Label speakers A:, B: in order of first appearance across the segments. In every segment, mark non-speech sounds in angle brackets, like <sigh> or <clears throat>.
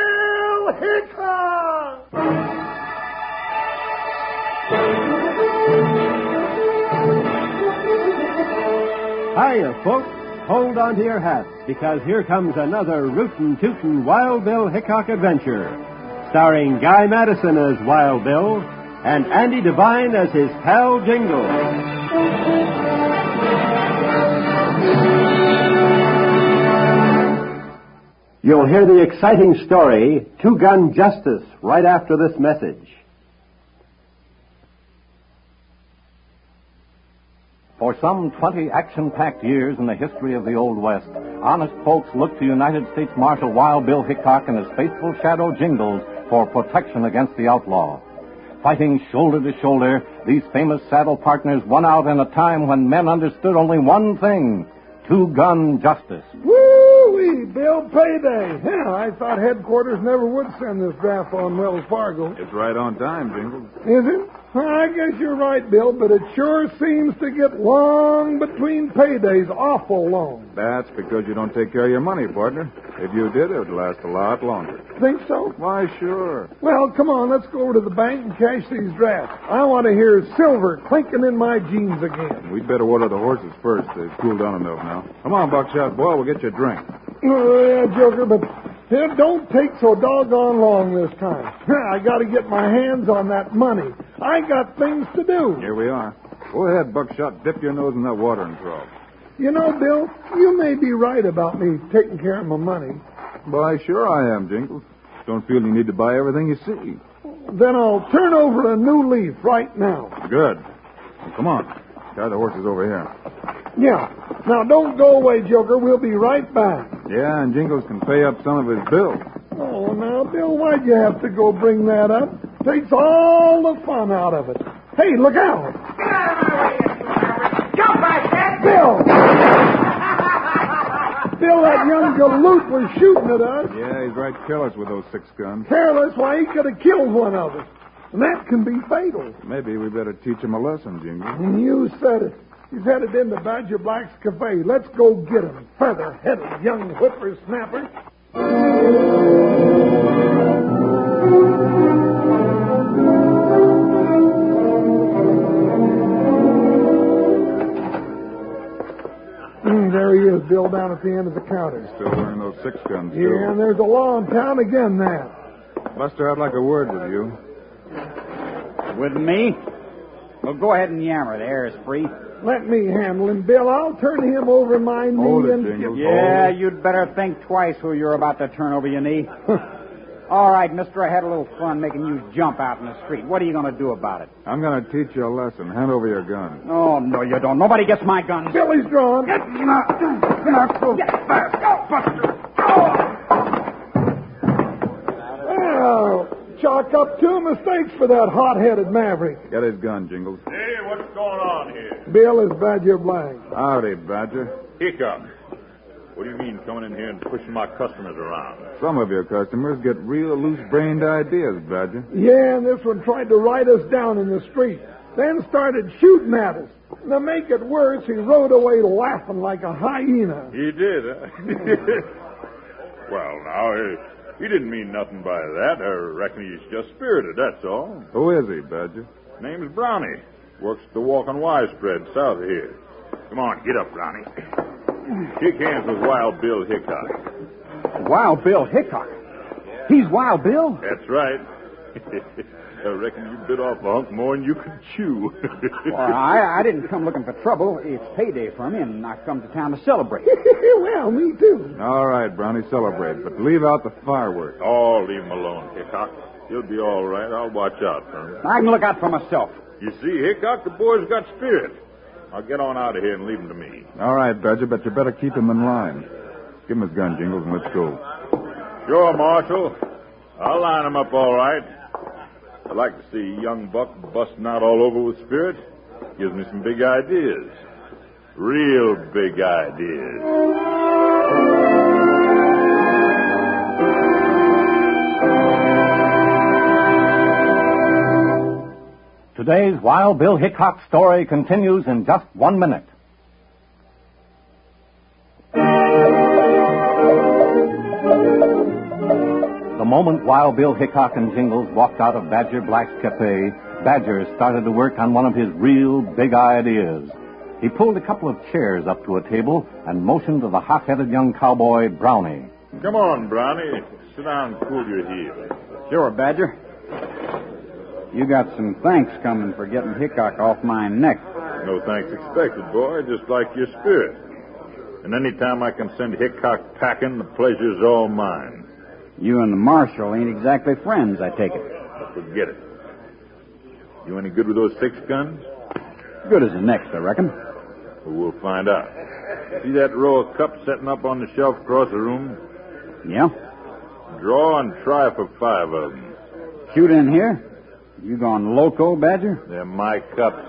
A: Oh, here it comes!
B: Hiya, folks. Hold on to your hats because here comes another rootin' tootin' Wild Bill Hickok adventure, starring Guy Madison as Wild Bill and Andy Devine as his pal Jingle. You'll hear the exciting story, Two Gun Justice, right after this message.
C: For some 20 action packed years in the history of the Old West, honest folks looked to United States Marshal Wild Bill Hickok and his faithful shadow Jingles for protection against the outlaw. Fighting shoulder to shoulder, these famous saddle partners won out in a time when men understood only one thing two gun justice.
A: Woo-wee, Bill Payday. Yeah, I thought headquarters never would send this draft on Wells Fargo.
D: It's right on time, Jingles.
A: Is it? Well, I guess you're right, Bill, but it sure seems to get long between paydays, awful long.
D: That's because you don't take care of your money, partner. If you did, it would last a lot longer.
A: Think so?
D: Why, sure.
A: Well, come on, let's go over to the bank and cash these drafts. I want to hear silver clinking in my jeans again.
D: We'd better water the horses first. They've cooled down enough now. Come on, Buckshot Boy. We'll get you a drink.
A: Uh, yeah, Joker, but it don't take so doggone long this time. <laughs> I got to get my hands on that money. I got things to do.
D: Here we are. Go ahead, Buckshot. Dip your nose in that watering trough.
A: You know, Bill, you may be right about me taking care of my money.
D: Why, sure I am, Jingles. Don't feel you need to buy everything you see.
A: Then I'll turn over a new leaf right now.
D: Good. Well, come on. Tie the horses over here.
A: Yeah. Now, don't go away, Joker. We'll be right back.
D: Yeah, and Jingles can pay up some of his bills.
A: Oh, now, Bill, why'd you have to go bring that up? Takes all the fun out of it. Hey, look out!
E: Get out of my way, you scoundrel. Jump, I said!
A: Bill! Bill, that young galoot was shooting at us.
D: Yeah, he's right careless with those six guns.
A: Careless, why, he could have killed one of us. And that can be fatal.
D: Maybe we better teach him a lesson, Jingles.
A: And you said it. He's headed into Badger Black's cafe. Let's go get him. Feather-headed young whippersnapper. Mm, There he is, Bill, down at the end of the counter.
D: Still wearing those six guns, too.
A: Yeah, and there's a law in town again now.
D: Buster, I'd like a word with you.
F: With me? Well, go ahead and yammer. The air is free.
A: Let me handle him, Bill. I'll turn him over my knee
D: Hold it,
A: and
D: Jingles.
F: Yeah, you'd better think twice who you're about to turn over your knee. <laughs> All right, mister, I had a little fun making you jump out in the street. What are you going to do about it?
D: I'm going to teach you a lesson. Hand over your gun.
F: Oh, no, you don't. Nobody gets my gun.
A: Billy's drawn. Well, Oh, chalk up two mistakes for that hot-headed maverick.
D: Get his gun, Jingles.
G: Hey, what's going on here?
A: Bill is Badger Blank.
D: Howdy, Badger.
G: Hickok. What do you mean coming in here and pushing my customers around?
D: Some of your customers get real loose-brained ideas, Badger.
A: Yeah, and this one tried to ride us down in the street, then started shooting at us. And to make it worse, he rode away laughing like a hyena. <laughs>
G: He did, huh? <laughs> well, now, eh, he didn't mean nothing by that. I reckon he's just spirited, that's all.
D: Who is he, Badger?
G: Name's Brownie. Works at the Walk on Wise spread south of here. Come on, get up, Brownie. <clears throat> Shake hands with Wild Bill Hickok.
F: Wild Bill Hickok. He's Wild Bill?
G: That's right. <laughs> I reckon you bit off a hunk more than you could chew. <laughs>
F: Well, I, I didn't come looking for trouble. It's payday for me, and I come to town to celebrate.
A: well, me too.
D: All right, Brownie, celebrate, but leave out the fireworks.
G: Oh, leave him alone, Hickok. He'll be all right. I'll watch out for him.
F: I can look out for myself.
G: You see, Hickok, the boy's got spirit. Now get on out of here and leave him to me.
D: All right, Badger, but you better keep him in line. Give him his gun, Jingles, and let's go.
G: Sure, Marshal. I'll line him up all right. I'd like to see young Buck busting out all over with spirit. Gives me some big ideas. Real big ideas.
C: Today's Wild Bill Hickok story continues in just one minute. The moment Wild Bill Hickok and Jingles walked out of Badger Black's cafe, Badger started to work on one of his real big ideas. He pulled a couple of chairs up to a table and motioned to the hot-headed young cowboy, Brownie.
G: Come on, Brownie. Sit down and cool your heels.
F: Sure, Badger. You got some thanks coming for getting Hickok off my neck.
G: No thanks expected, boy. Just like your spirit. And any time I can send Hickok packing, the pleasure's all mine.
F: You and the marshal ain't exactly friends, I take it.
G: Forget it. You any good with those six guns?
F: Good as the next, I reckon.
G: We'll find out. See that row of cups setting up on the shelf across the room?
F: Yeah?
G: Draw and try for five of them.
F: Shoot in here? You gone loco, Badger?
G: They're my cups.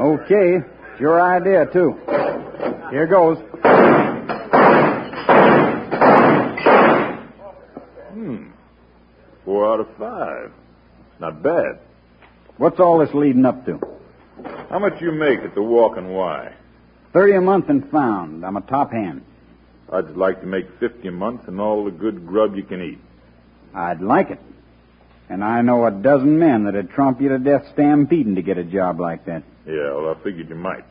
F: Okay. It's your idea, too. Here goes.
G: Four out of five. Not bad.
F: What's all this leading up to?
G: How much you make at the walk and why?
F: Thirty a month and found. I'm a top hand.
G: I'd like to make fifty a month and all the good grub you can eat.
F: I'd like it. And I know a dozen men that'd tromp you to death stampeding to get a job like that.
G: Yeah, well, I figured you might.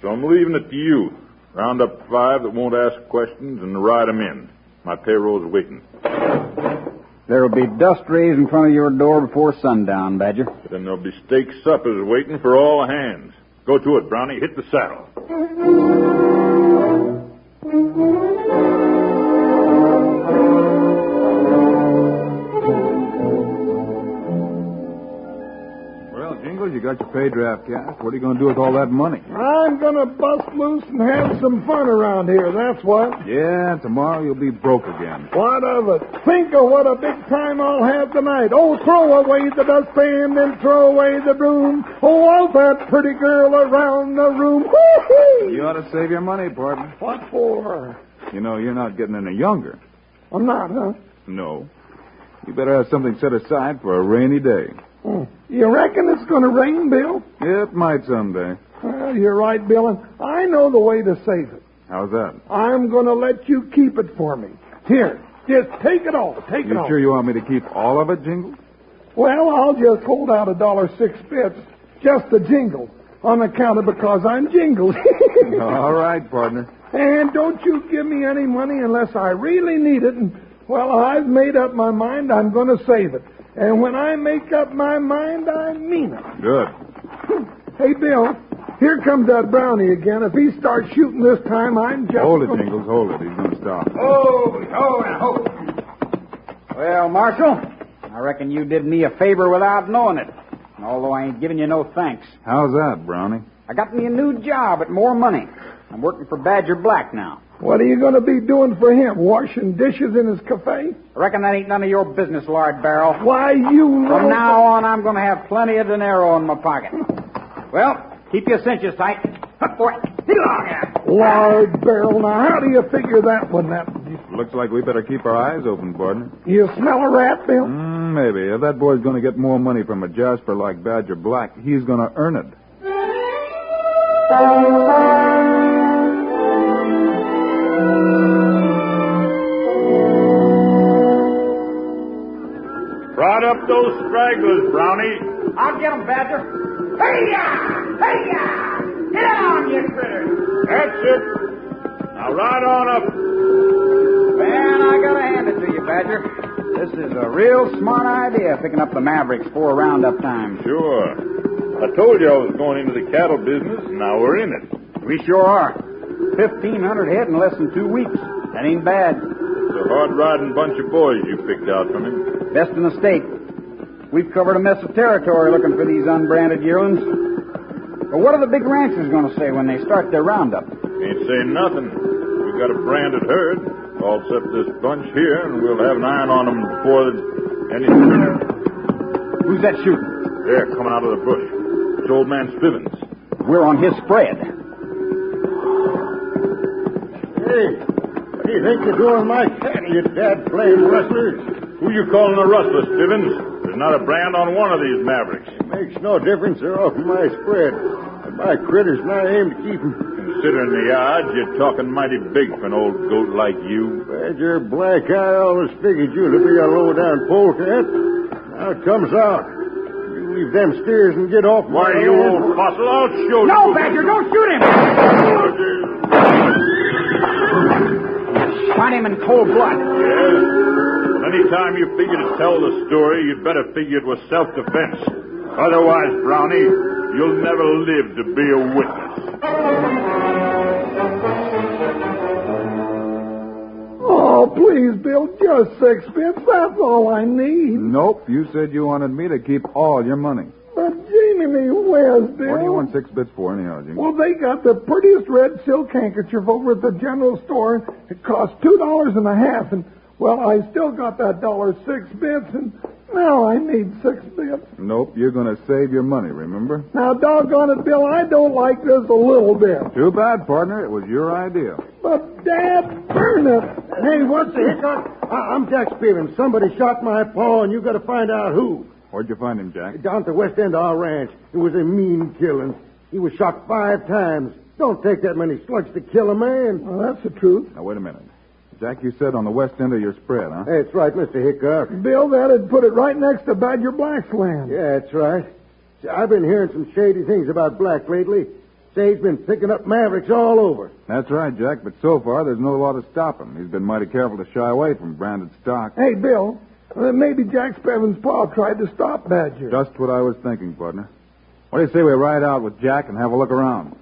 G: So I'm leaving it to you. Round up five that won't ask questions and ride 'em in. My payroll's waiting.
F: There'll be dust raised in front of your door before sundown, Badger.
G: Then there'll be steak suppers waiting for all hands. Go to it, Brownie. Hit the saddle.
D: Well, Jingles, you got your pay draft cast. What are you going to do with all that money?
A: I'm gonna bust loose and have some fun around here, that's what.
D: Yeah, tomorrow you'll be broke again.
A: What of it? Think of what a big time I'll have tonight. Oh, throw away the dustpan, then throw away the broom. Oh, all that pretty girl around the room. Woo-hoo!
D: You ought to save your money, partner.
A: What for?
D: You know, you're not getting any younger.
A: I'm not, huh?
D: No. You better have something set aside for a rainy day.
A: Hmm. You reckon it's gonna rain, Bill?
D: It might someday.
A: Well, you're right, Bill, and I know the way to save it.
D: How's that?
A: I'm gonna let you keep it for me. Here, just take it all. Take
D: You
A: it all.
D: sure you want me to keep all of it, Jingles?
A: Well, I'll just hold out a dollar six bits, just a jingle, on account of because I'm jingled. <laughs>
D: all right, partner.
A: And don't you give me any money unless I really need it. And, well, I've made up my mind I'm going to save it. And when I make up my mind, I mean it.
D: Good.
A: Hey, Bill, here comes that brownie again. If he starts shooting this time, I'm just.
D: Hold it,
A: gonna-
D: Jingles. Hold it. He's going to stop.
F: Oh, oh, oh. Well, Marshal, I reckon you did me a favor without knowing it. And although I ain't giving you no thanks,
D: How's that, Brownie?
F: I got me a new job at more money. I'm working for Badger Black now.
A: What are you going to be doing for him? Washing dishes in his cafe?
F: I reckon that ain't none of your business, lard barrel.
A: Why, you.
F: From
A: know-
F: now on, I'm going to have plenty of dinero in my pocket. Well, keep your cinches tight. Hup, boy. Get along here.
A: Lard barrel. Now, how do you figure that one? That
D: Looks like we better keep our eyes open, partner.
A: you smell a rat, Bill?
D: Mm, maybe. If that boy's going to get more money from a Jasper like Badger Black, he's going to earn it.
G: Trot up those stragglers, Brownie.
E: I'll get him, Badger. Hey-ya! Hey-ya! Get on, you critter!
G: That's it. Now ride on up.
F: Man, I gotta hand it to you, Badger. This is a real smart idea, picking up the Mavericks for roundup time.
G: Sure. I told you I was going into the cattle business, and now we're in it.
F: We sure are. 1,500 head in less than two weeks. That ain't bad.
G: It's a hard riding bunch of boys you picked out from him.
F: Best in the state. We've covered a mess of territory looking for these unbranded yearlings. But what are the big ranchers going to say when they start their roundup?
G: Ain't saying nothing. We got a branded herd, all except this bunch here, and we'll have an iron on 'em before the... any.
F: Who's that shooting?
G: There, coming out of the bush. It's old man Spivens.
F: We're on his spread.
G: Hey, what do you think you're doing, Mike? You dad playing rustlers? Who you calling a rustler, Stevens? There's not a brand on one of these Mavericks.
H: Makes no difference. They're off my spread. And my critter's not aimed to keep 'em.
G: And Considering the odds, you're talking mighty big for an old goat like you.
A: Badger Black, I always figured you to be a low-down polecat. Now it comes out. You leave them steers and get off.
G: Why, you old fossil, I'll show
F: No,
G: you.
F: Badger, don't shoot him!
G: Badger!
F: Shot him in cold blood.
G: Yes. Well, anytime you figure to tell the story, you'd better figure it was self-defense. Otherwise, Brownie, you'll never live to be a witness.
A: Oh, please, Bill, just sixpence. That's all I need.
D: Nope, you said you wanted me to keep all your money.
A: But Jamie Lee, where's Bill?
D: What do you want six bits for, anyhow, Jingles?
A: Well, they got the prettiest red silk handkerchief over at the general store. It cost two dollars and a half, and well, I still got that dollar six bits, and now I need six bits.
D: Nope, you're going to save your money, remember?
A: Now, doggone it, Bill, I don't like this a little bit.
D: Too bad, partner. It was your idea.
A: But Dad, burn it! Hey, what's the hiccup? I- I'm Jack Spearman. Somebody shot my paw, and you got to find out who.
D: Where'd you find him, Jack?
A: Down at the west end of our ranch. It was a mean killing. He was shot five times. Don't take that many slugs to kill a man. Well, that's the truth.
D: Now, wait a minute. Jack, you said on the west end of your spread, huh?
A: That's right, Mr. Hickok. Bill, that'd put it right next to Badger Black's land. Yeah, that's right. See, I've been hearing some shady things about Black lately. Say he's been picking up mavericks all over.
D: That's right, Jack, but so far there's no law to stop him. He's been mighty careful to shy away from branded stock.
A: Hey, Bill, uh, maybe Jack Spevin's paw tried to stop Badger.
D: Just what I was thinking, partner. What do you say we ride out with Jack and have a look around?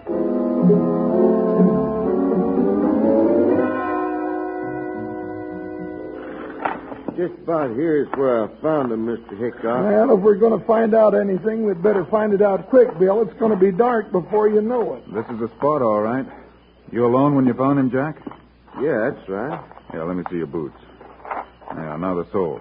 A: Just about here is where I found him, Mr. Hickok. Well, if we're going to find out anything, we'd better find it out quick, Bill. It's going to be dark before you know it.
D: This is the spot, all right. You alone when you found him, Jack?
A: Yeah, that's right.
D: Yeah, let me see your boots. Yeah, now the soles.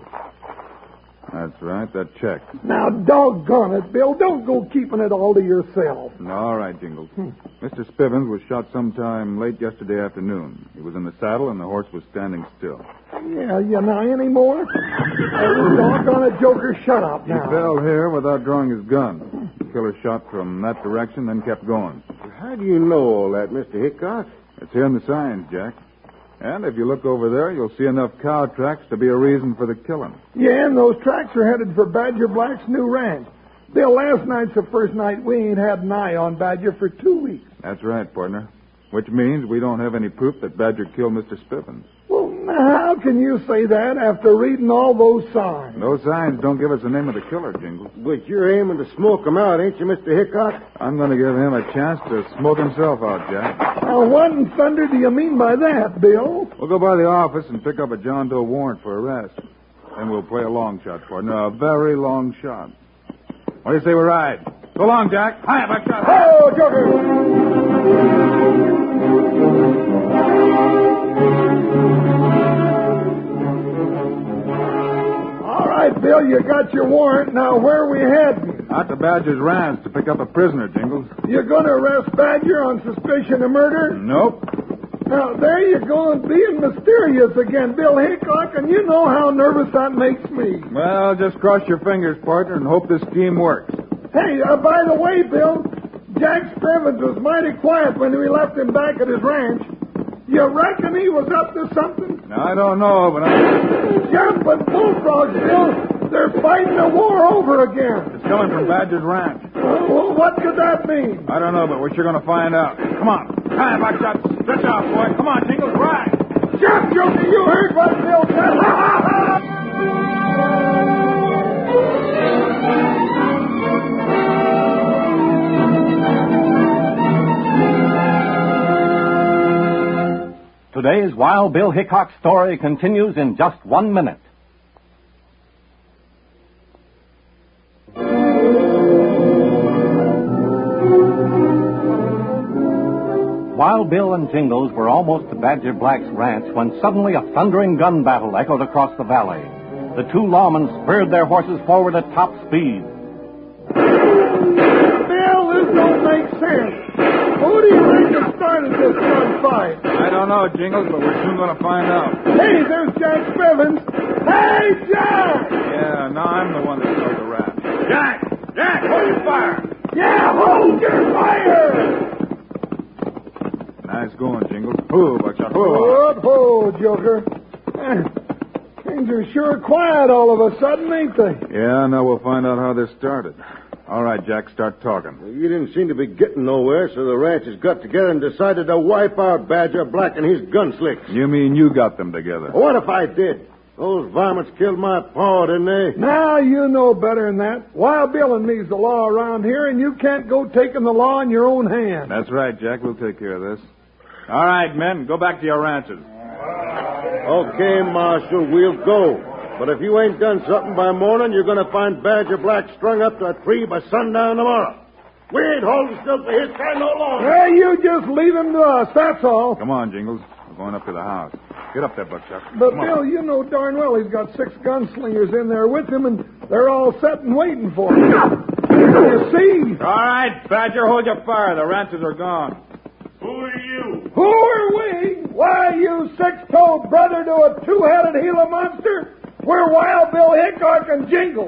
D: That's right, that check.
A: Now, doggone it, Bill. Don't go keeping it all to yourself.
D: All right, Jingles.
A: Hmm.
D: Mr. Spivens was shot sometime late yesterday afternoon. He was in the saddle and the horse was standing still.
A: Yeah, you know, any more? Hey, doggone it, Joker, shut up
D: He
A: now.
D: fell here without drawing his gun. The killer shot from that direction, then kept going.
A: How do you know all that, Mr. Hickok?
D: It's here in the signs, Jack. And if you look over there, you'll see enough cow tracks to be a reason for the killing.
A: Yeah, and those tracks are headed for Badger Black's new ranch. Bill, last night's the first night we ain't had an eye on Badger for two weeks.
D: That's right, partner. Which means we don't have any proof that Badger killed Mr. Spivens.
A: Well, now, how can you say that after reading all those signs?
D: Those signs don't give us the name of the killer, Jingles.
A: But you're aiming to smoke him out, ain't you, Mr. Hickok?
D: I'm going to give him a chance to smoke himself out, Jack.
A: Now, what in thunder do you mean by that, Bill?
D: We'll go by the office and pick up a John Doe warrant for arrest. Then we'll play a long shot, partner. A very long shot. What do you say we ride? So long, Jack. Hi, have a shot.
A: Oh, Joker! All right, Bill, you got your warrant. Now, where are we heading?
D: Out to Badger's ranch to pick up a prisoner, Jingles.
A: You're going to arrest Badger on suspicion of murder?
D: Nope.
A: Now, there you go, and being mysterious again, Bill Hickok, and you know how nervous that makes me.
D: Well, just cross your fingers, partner, and hope this scheme works.
A: Hey, uh, by the way, Bill, Jack Spivens was mighty quiet when we left him back at his ranch. You reckon he was up to something?
D: Now, I don't know, but I...
A: Jumping bullfrogs, Bill. They're fighting a war over again.
D: it's coming from Badger's ranch.
A: Well, what could that mean?
D: I don't know, but we're sure going to find out. Come on. Hi, box up. Stretch out, boy. Come on, Jingles, ride.
A: Jump, Joker, you heard what Bill said.
C: Today's Wild Bill Hickok story continues in just one minute. Wild Bill and Jingles were almost to Badger Black's ranch when suddenly a thundering gun battle echoed across the valley. The two lawmen spurred their horses forward at top speed.
A: <laughs> Bill, this don't make sense. Who do you think has started this gunfight?
D: I don't know, Jingles, but we're soon going to find out.
A: Hey, there's Jack Spivens. Hey, Jack!
D: Yeah, now I'm the one that killed the rat.
G: Jack! Jack, hold your fire!
A: Yeah, hold your fire!
D: Nice going, Jingles. Whoa, Buckshot. Whoa.
A: Whoop, ho, Oh, Joker. Eh, Things are sure quiet all of a sudden, ain't they?
D: Yeah, now we'll find out how this started. All right, Jack, start talking.
H: You didn't seem to be getting nowhere, so the ranchers got together and decided to wipe out Badger Black and his gunslicks.
D: You mean you got them together?
H: What if I did? Those varmints killed my paw, didn't they?
A: Now you know better than that. Wild Bill and me's the law around here, and you can't go taking the law in your own hand.
D: That's right, Jack. We'll take care of this. All right, men, go back to your ranches.
H: Okay, Marshal, we'll go. But if you ain't done something by morning, you're going to find Badger Black strung up to a tree by sundown tomorrow. We ain't holding still for his guy no longer.
A: Hey, you just leave him to us, that's all.
D: Come on, Jingles. We're going up to the house. Get up there, Buckshot.
A: But
D: Come on.
A: Bill, you know darn well he's got six gunslingers in there with him, and they're all set and waiting for him. you
D: All right, Badger, hold your fire. The ranchers are gone.
G: Who are you?
A: see? Who are we? Why, you six-toed brother to a two-headed Gila monster? We're Wild Bill Hickok and Jingle.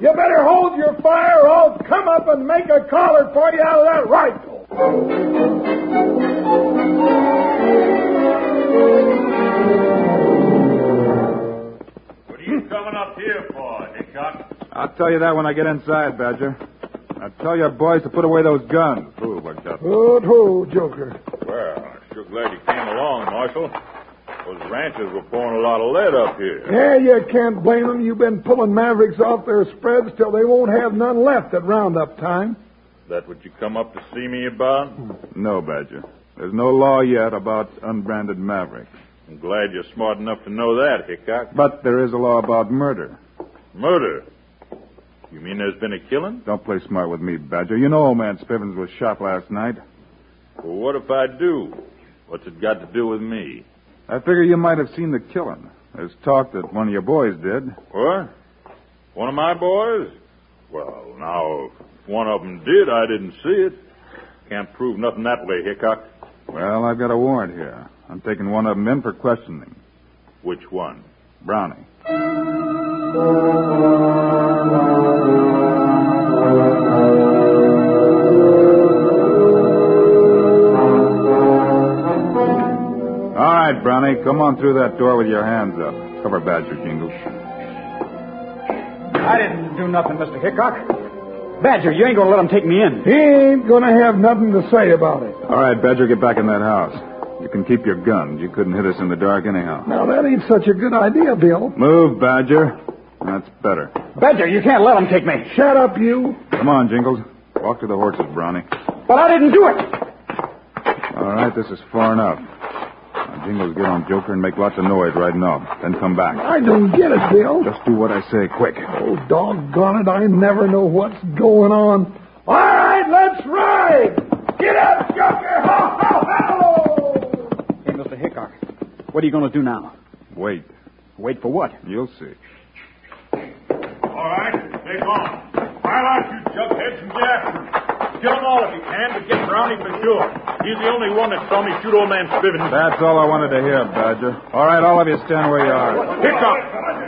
A: You better hold your fire, or I'll come up and make a collar for you out of that rifle.
G: What are you coming up here for, Hickok?
D: I'll tell you that when I get inside, Badger. Now tell your boys to put away those guns. Ooh, Buckshot.
A: Good ho, Joker.
G: Well, I'm sure glad you came along, Marshal. Those ranchers were pouring a lot of lead up here.
A: Yeah, you can't blame 'em. You've been pulling mavericks off their spreads till they won't have none left at roundup time.
G: That what you come up to see me about?
D: No, Badger. There's no law yet about unbranded mavericks.
G: I'm glad you're smart enough to know that, Hickok.
D: But there is a law about murder.
G: Murder. You mean there's been a killing?
D: Don't play smart with me, Badger. You know old man Spivens was shot last night.
G: Well, what if I do? What's it got to do with me?
D: I figure you might have seen the killing. There's talk that one of your boys did.
G: What? One of my boys? Well, now, if one of them did, I didn't see it. Can't prove nothing that way, Hickok.
D: Well, I've got a warrant here. I'm taking one of them in for questioning.
G: Which one?
D: Brownie. All right, Brownie, come on through that door with your hands up. Cover Badger, Jingles.
F: I didn't do nothing, Mr. Hickok. Badger, you ain't gonna let him take me in.
A: He ain't gonna have nothing to say about it.
D: All right, Badger, get back in that house. You can keep your guns. You couldn't hit us in the dark anyhow.
A: Now, that ain't such a good idea, Bill.
D: Move, Badger. That's better.
F: Badger, you can't let him take me.
A: Shut up, you.
D: Come on, Jingles. Walk to the horses, Brownie.
F: But I didn't do it.
D: All right, this is far enough. Now, Jingles, get on Joker and make lots of noise riding off. Then come back.
A: I don't get it, Bill.
D: Just do what I say, quick.
A: Oh, doggone it. I never know what's going on. All right, let's ride. Get up, Joker. Ho, ho, ho.
F: Hey, Mr. Hickok, what are you gonna do now?
D: Wait.
F: Wait for what?
D: You'll see.
G: All right, take on. File out, you jugheads and jackasses. Kill them all if you can, but get Brownie for sure. He's the only one that saw me shoot old man Spivens.
D: That's all I wanted to hear, Badger. All right, all of you stand where you are.
G: Hickok!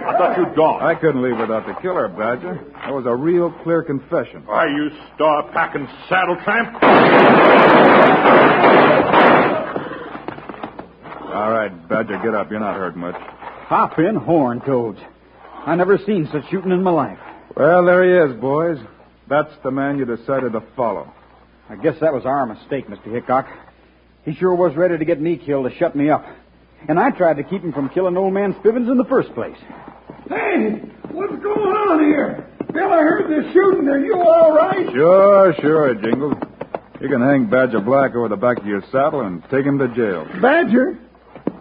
G: I thought you'd gone.
D: I couldn't leave without the killer, Badger. That was a real clear confession.
G: Why, you star packing saddle tramp?
D: All right, Badger, get up. You're not hurt much.
F: Hop in horn toads. I never seen such shooting in my life.
D: Well, there he is, boys. That's the man you decided to follow.
F: I guess that was our mistake, Mr. Hickok. He sure was ready to get me killed to shut me up. And I tried to keep him from killing old man Spivens in the first place.
A: Hey, what's going on here? Bill, I heard the shooting. Are you all right?
D: Sure, sure, Jingles. You can hang Badger Black over the back of your saddle and take him to jail.
A: Badger,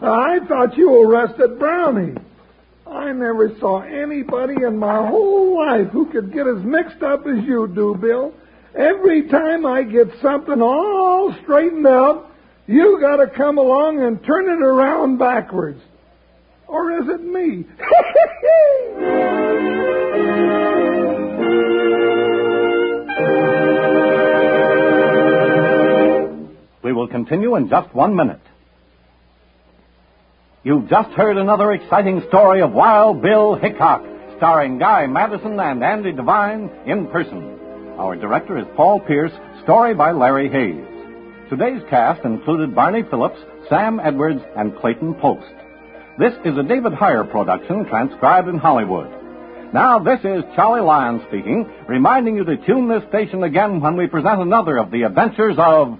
A: I thought you arrested Brownie. I never saw anybody in my whole life who could get as mixed up as you do, Bill. Every time I get something all straightened out, you gotta come along and turn it around backwards. Or is it me?
C: We will continue in just one minute. You've just heard another exciting story of Wild Bill Hickok, starring Guy Madison and Andy Devine in person. Our director is Paul Pierce, story by Larry Hayes. Today's cast included Barney Phillips, Sam Edwards, and Clayton Post. This is a David Heyer production transcribed in Hollywood. Now, this is Charlie Lyon speaking, reminding you to tune this station again when we present another of the adventures of